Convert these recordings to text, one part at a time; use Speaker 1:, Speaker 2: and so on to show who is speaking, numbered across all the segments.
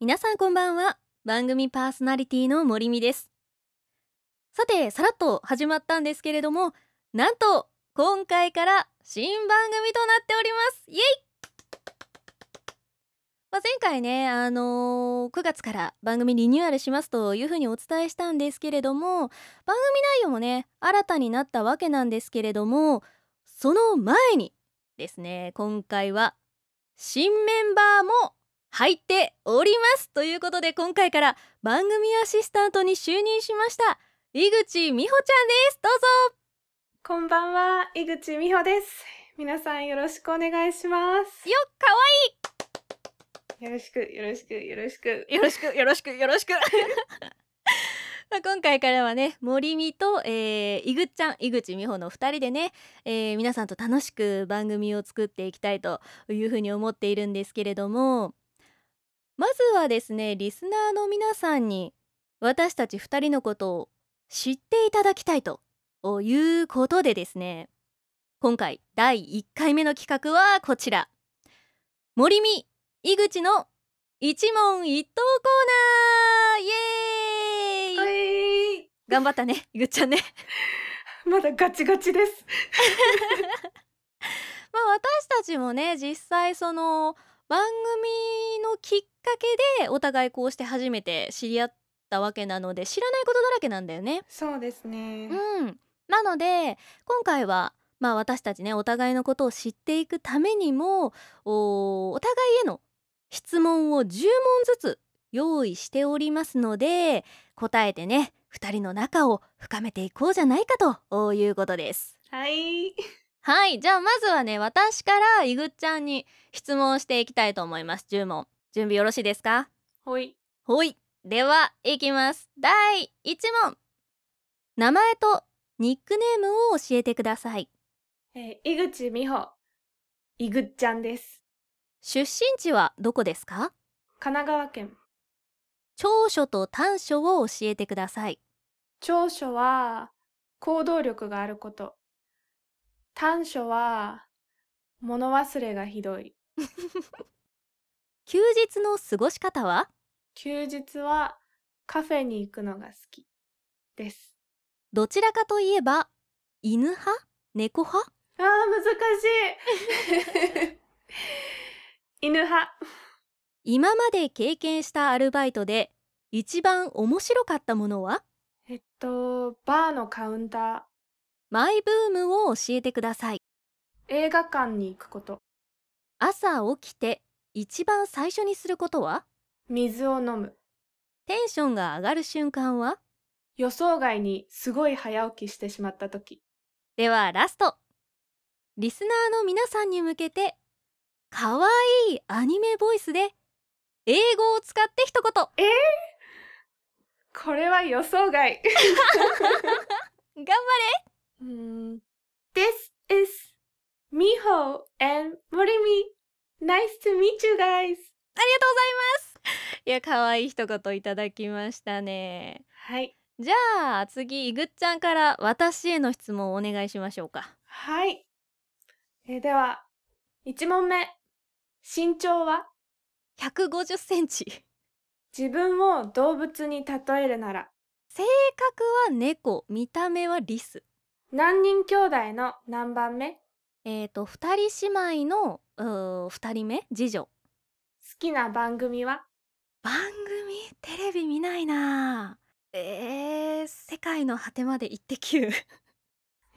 Speaker 1: 皆さんこんばんは番組パーソナリティの森美ですさてさらっと始まったんですけれどもなんと今回から新番組となっておりますイエイまあ、前回ね、あのー9月から番組リニューアルしますというふうにお伝えしたんですけれども番組内容もね新たになったわけなんですけれどもその前にですね今回は新メンバーも入っておりますということで今回から番組アシスタントに就任しました井口美穂ちゃんですどうぞ
Speaker 2: こんばんは、井口美穂です。皆さんよろしくお願いします。
Speaker 1: よかわ
Speaker 2: よろしく、よろしく、よろしく。
Speaker 1: よろしくよろしくよろしく まあ今回からはね森美と、えー、いぐっちゃん井口美穂の2人でね、えー皆さんと楽しく番組を作っていきたいというふうに思っているんですけれどもまずはですねリスナーの皆さんに私たち2人のことを知っていただきたいということでですね今回第1回目の企画はこちら森美井口の一問一答コーナーイエーイ
Speaker 2: えい
Speaker 1: 頑張ったねゆっちゃんね
Speaker 2: まだガチガチです。
Speaker 1: まあ私たちもね実際その番組のきっかけでお互いこうして初めて知り合ったわけなので知らないことだらけなんだよね
Speaker 2: そうですね。
Speaker 1: うん、なので今回は、まあ、私たちねお互いのことを知っていくためにもおお互いへの質問を10問ずつ用意しておりますので答えてね2人の仲を深めていこうじゃないかということです。
Speaker 2: はい。
Speaker 1: はいじゃあまずはね私からいぐっちゃんに質問していきたいと思います10問準備よろしいですか
Speaker 2: ほい。
Speaker 1: ほい。では、いきます。第1問。名前とニックネームを教えてください。
Speaker 2: えー井口美穂、いぐっちゃんです。
Speaker 1: 出身地はどこですか
Speaker 2: 神奈川県。
Speaker 1: 長所と短所を教えてください。
Speaker 2: 長所は、行動力があること。短所は、物忘れがひどい。
Speaker 1: 休日の過ごし方は
Speaker 2: 休日は、カフェに行くのが好き。です。
Speaker 1: どちらかといえば、犬派猫派
Speaker 2: あー難しい犬派
Speaker 1: 今まで経験したアルバイトで一番面白かったものは
Speaker 2: えっとバーのカウンタ
Speaker 1: マイブームを教えてください。
Speaker 2: ー映画館に行くこと
Speaker 1: 朝起きて一番最初にすることは
Speaker 2: 水を飲む
Speaker 1: テンションが上がる瞬間は
Speaker 2: 予想外にすごい早起きしてしまった時
Speaker 1: ではラストリスナーの皆さんに向けてかわいいアニメボイスで英語を使って一言
Speaker 2: これは予想外
Speaker 1: 頑張れ
Speaker 2: うーん This is Miho and Morimi Nice to meet
Speaker 1: あり
Speaker 2: you guys
Speaker 1: がとうございますいや可愛い一言いただきましたね
Speaker 2: はい
Speaker 1: じゃあ次いぐっちゃんから私への質問をお願いしましょうか
Speaker 2: はい。えーでは、1問目。身長は
Speaker 1: 150センチ性
Speaker 2: 自分を動物に例えるなら、
Speaker 1: 格は猫見た目はリス
Speaker 2: 何人兄弟の何番目好
Speaker 1: えーと2人姉妹のうー2人目次女
Speaker 2: きな番組は
Speaker 1: 番組テレビ見ないなぁえー、世界の果てまでイッテ Q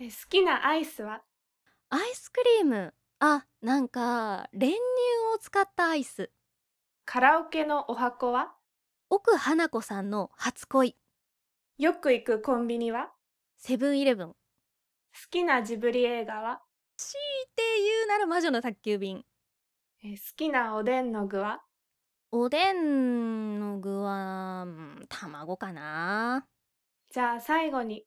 Speaker 2: えー好きなアイスは
Speaker 1: アイスクリームあなんか練乳を使ったアイス
Speaker 2: カラオケのお箱は
Speaker 1: 奥花子さんの初恋
Speaker 2: よく行くコンビニは
Speaker 1: セブンイレブンっ
Speaker 2: 好きなジブリ映画は、
Speaker 1: ていうなら魔女の宅急便
Speaker 2: えー好きなおでんの具は
Speaker 1: おでんの具はうん卵かな
Speaker 2: じゃあ最後に、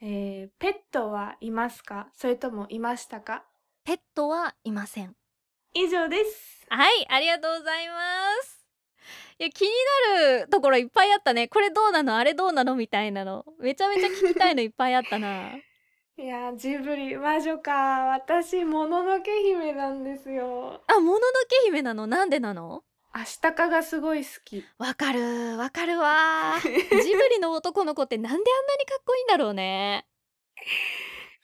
Speaker 2: えーペットはいますかそれともいましたか
Speaker 1: ペットはいません
Speaker 2: 以上です。
Speaker 1: はい、ありがとうございます。いや気になるところいっぱいあったね。これどうなのあれどうなのみたいなの。めちゃめちゃ聞きたいのいっぱいあった な。
Speaker 2: いやージブリ魔女か私もののけ姫なんですよ
Speaker 1: あ、もののけ姫なのなんでなの
Speaker 2: アシタカがすごい好き。
Speaker 1: わかるわかるわー ジブリの男の子ってなんであんなにかっこいいんだろうね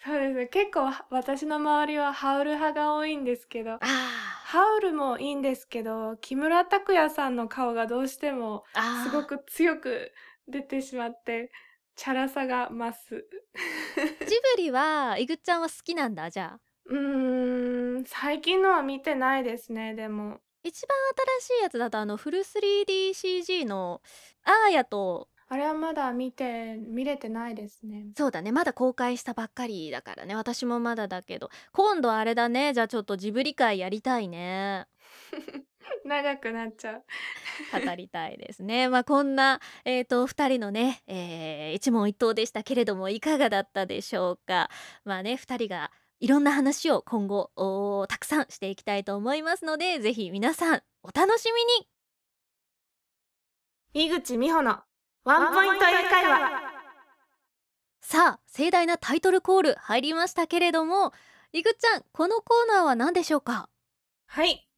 Speaker 2: そうですね。結構私の周りはハウル派が多いんですけど、
Speaker 1: あ
Speaker 2: ハウルもいいんですけど、木村拓哉さんの顔がどうしても
Speaker 1: ーあー
Speaker 2: すごく強く出てしまって、チャラさが増す。
Speaker 1: ジブリはイグちゃんは好きなんだじゃあ
Speaker 2: うーん、最近のは見てないですね、でも。
Speaker 1: 一番新しいやつだとあのフル 3DCG のアーヤと
Speaker 2: あれはまだ見て、見れてないですね。
Speaker 1: そうだねまだ公開したばっかりだからね私もまだだけど今度あれだねじゃあちょっとジブリ会やりたいね
Speaker 2: 長くなっちゃう。
Speaker 1: 語りたいですねまあこんなえー、と2人のね、えー一問一答でしたけれどもいかがだったでしょうかまあね2人がいろんな話を今後おーたくさんしていきたいと思いますのでぜひ皆さんお楽しみに
Speaker 2: 井口美穂のワンポイント英会話。
Speaker 1: さあ盛大なタイトルコール入りましたけれどもいぐちゃんこのコーナーは何でしょうか
Speaker 2: はい、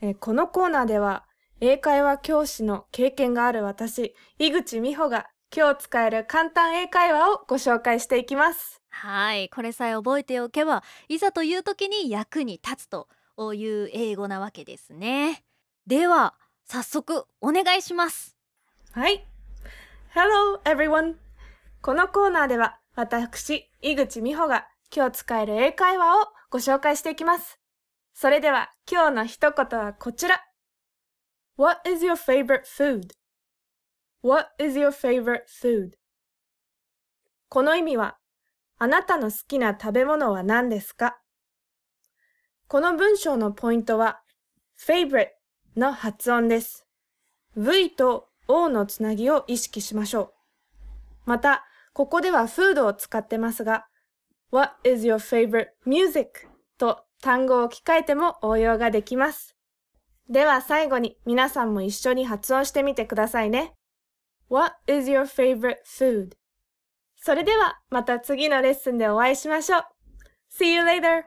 Speaker 2: えーこのコーナーでは英会話教師の経験がある私井口美穂が今日使える簡単英会話をご紹介していきます
Speaker 1: はいこれさえ覚えておけばいざという時に役に立つという英語なわけですねでは早速お願いします
Speaker 2: はい Hello everyone このコーナーでは私井口美穂が今日使える英会話をご紹介していきますそれでは今日の一言はこちら What is your favorite food? What is your favorite food? この意味は、あなたの好きな食べ物は何ですかこの文章のポイントは、favorite の発音です。V と O のつなぎを意識しましょう。また、ここでは food を使ってますが、What is your favorite music? と単語を置き換えても応用ができます。では最後に皆さんも一緒に発音してみてくださいね。What is your favorite food? それではまた次のレッスンでお会いしましょう。See you later!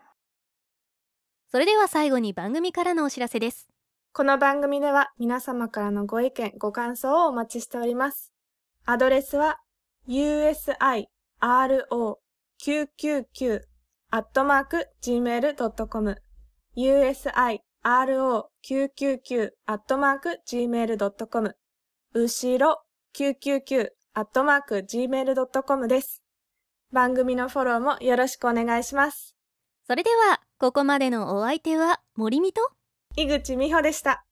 Speaker 1: それでは最後に番組からのお知らせです
Speaker 2: この番組では皆様からのご意見、ご感想をお待ちしております。アドレスは usiro999-gmail.com usiro999-gmail.com うしろ 999-gmail.com です。番組のフォローもよろしくお願いします。
Speaker 1: それではここまでのお相手は森美と
Speaker 2: 井口美穂でした。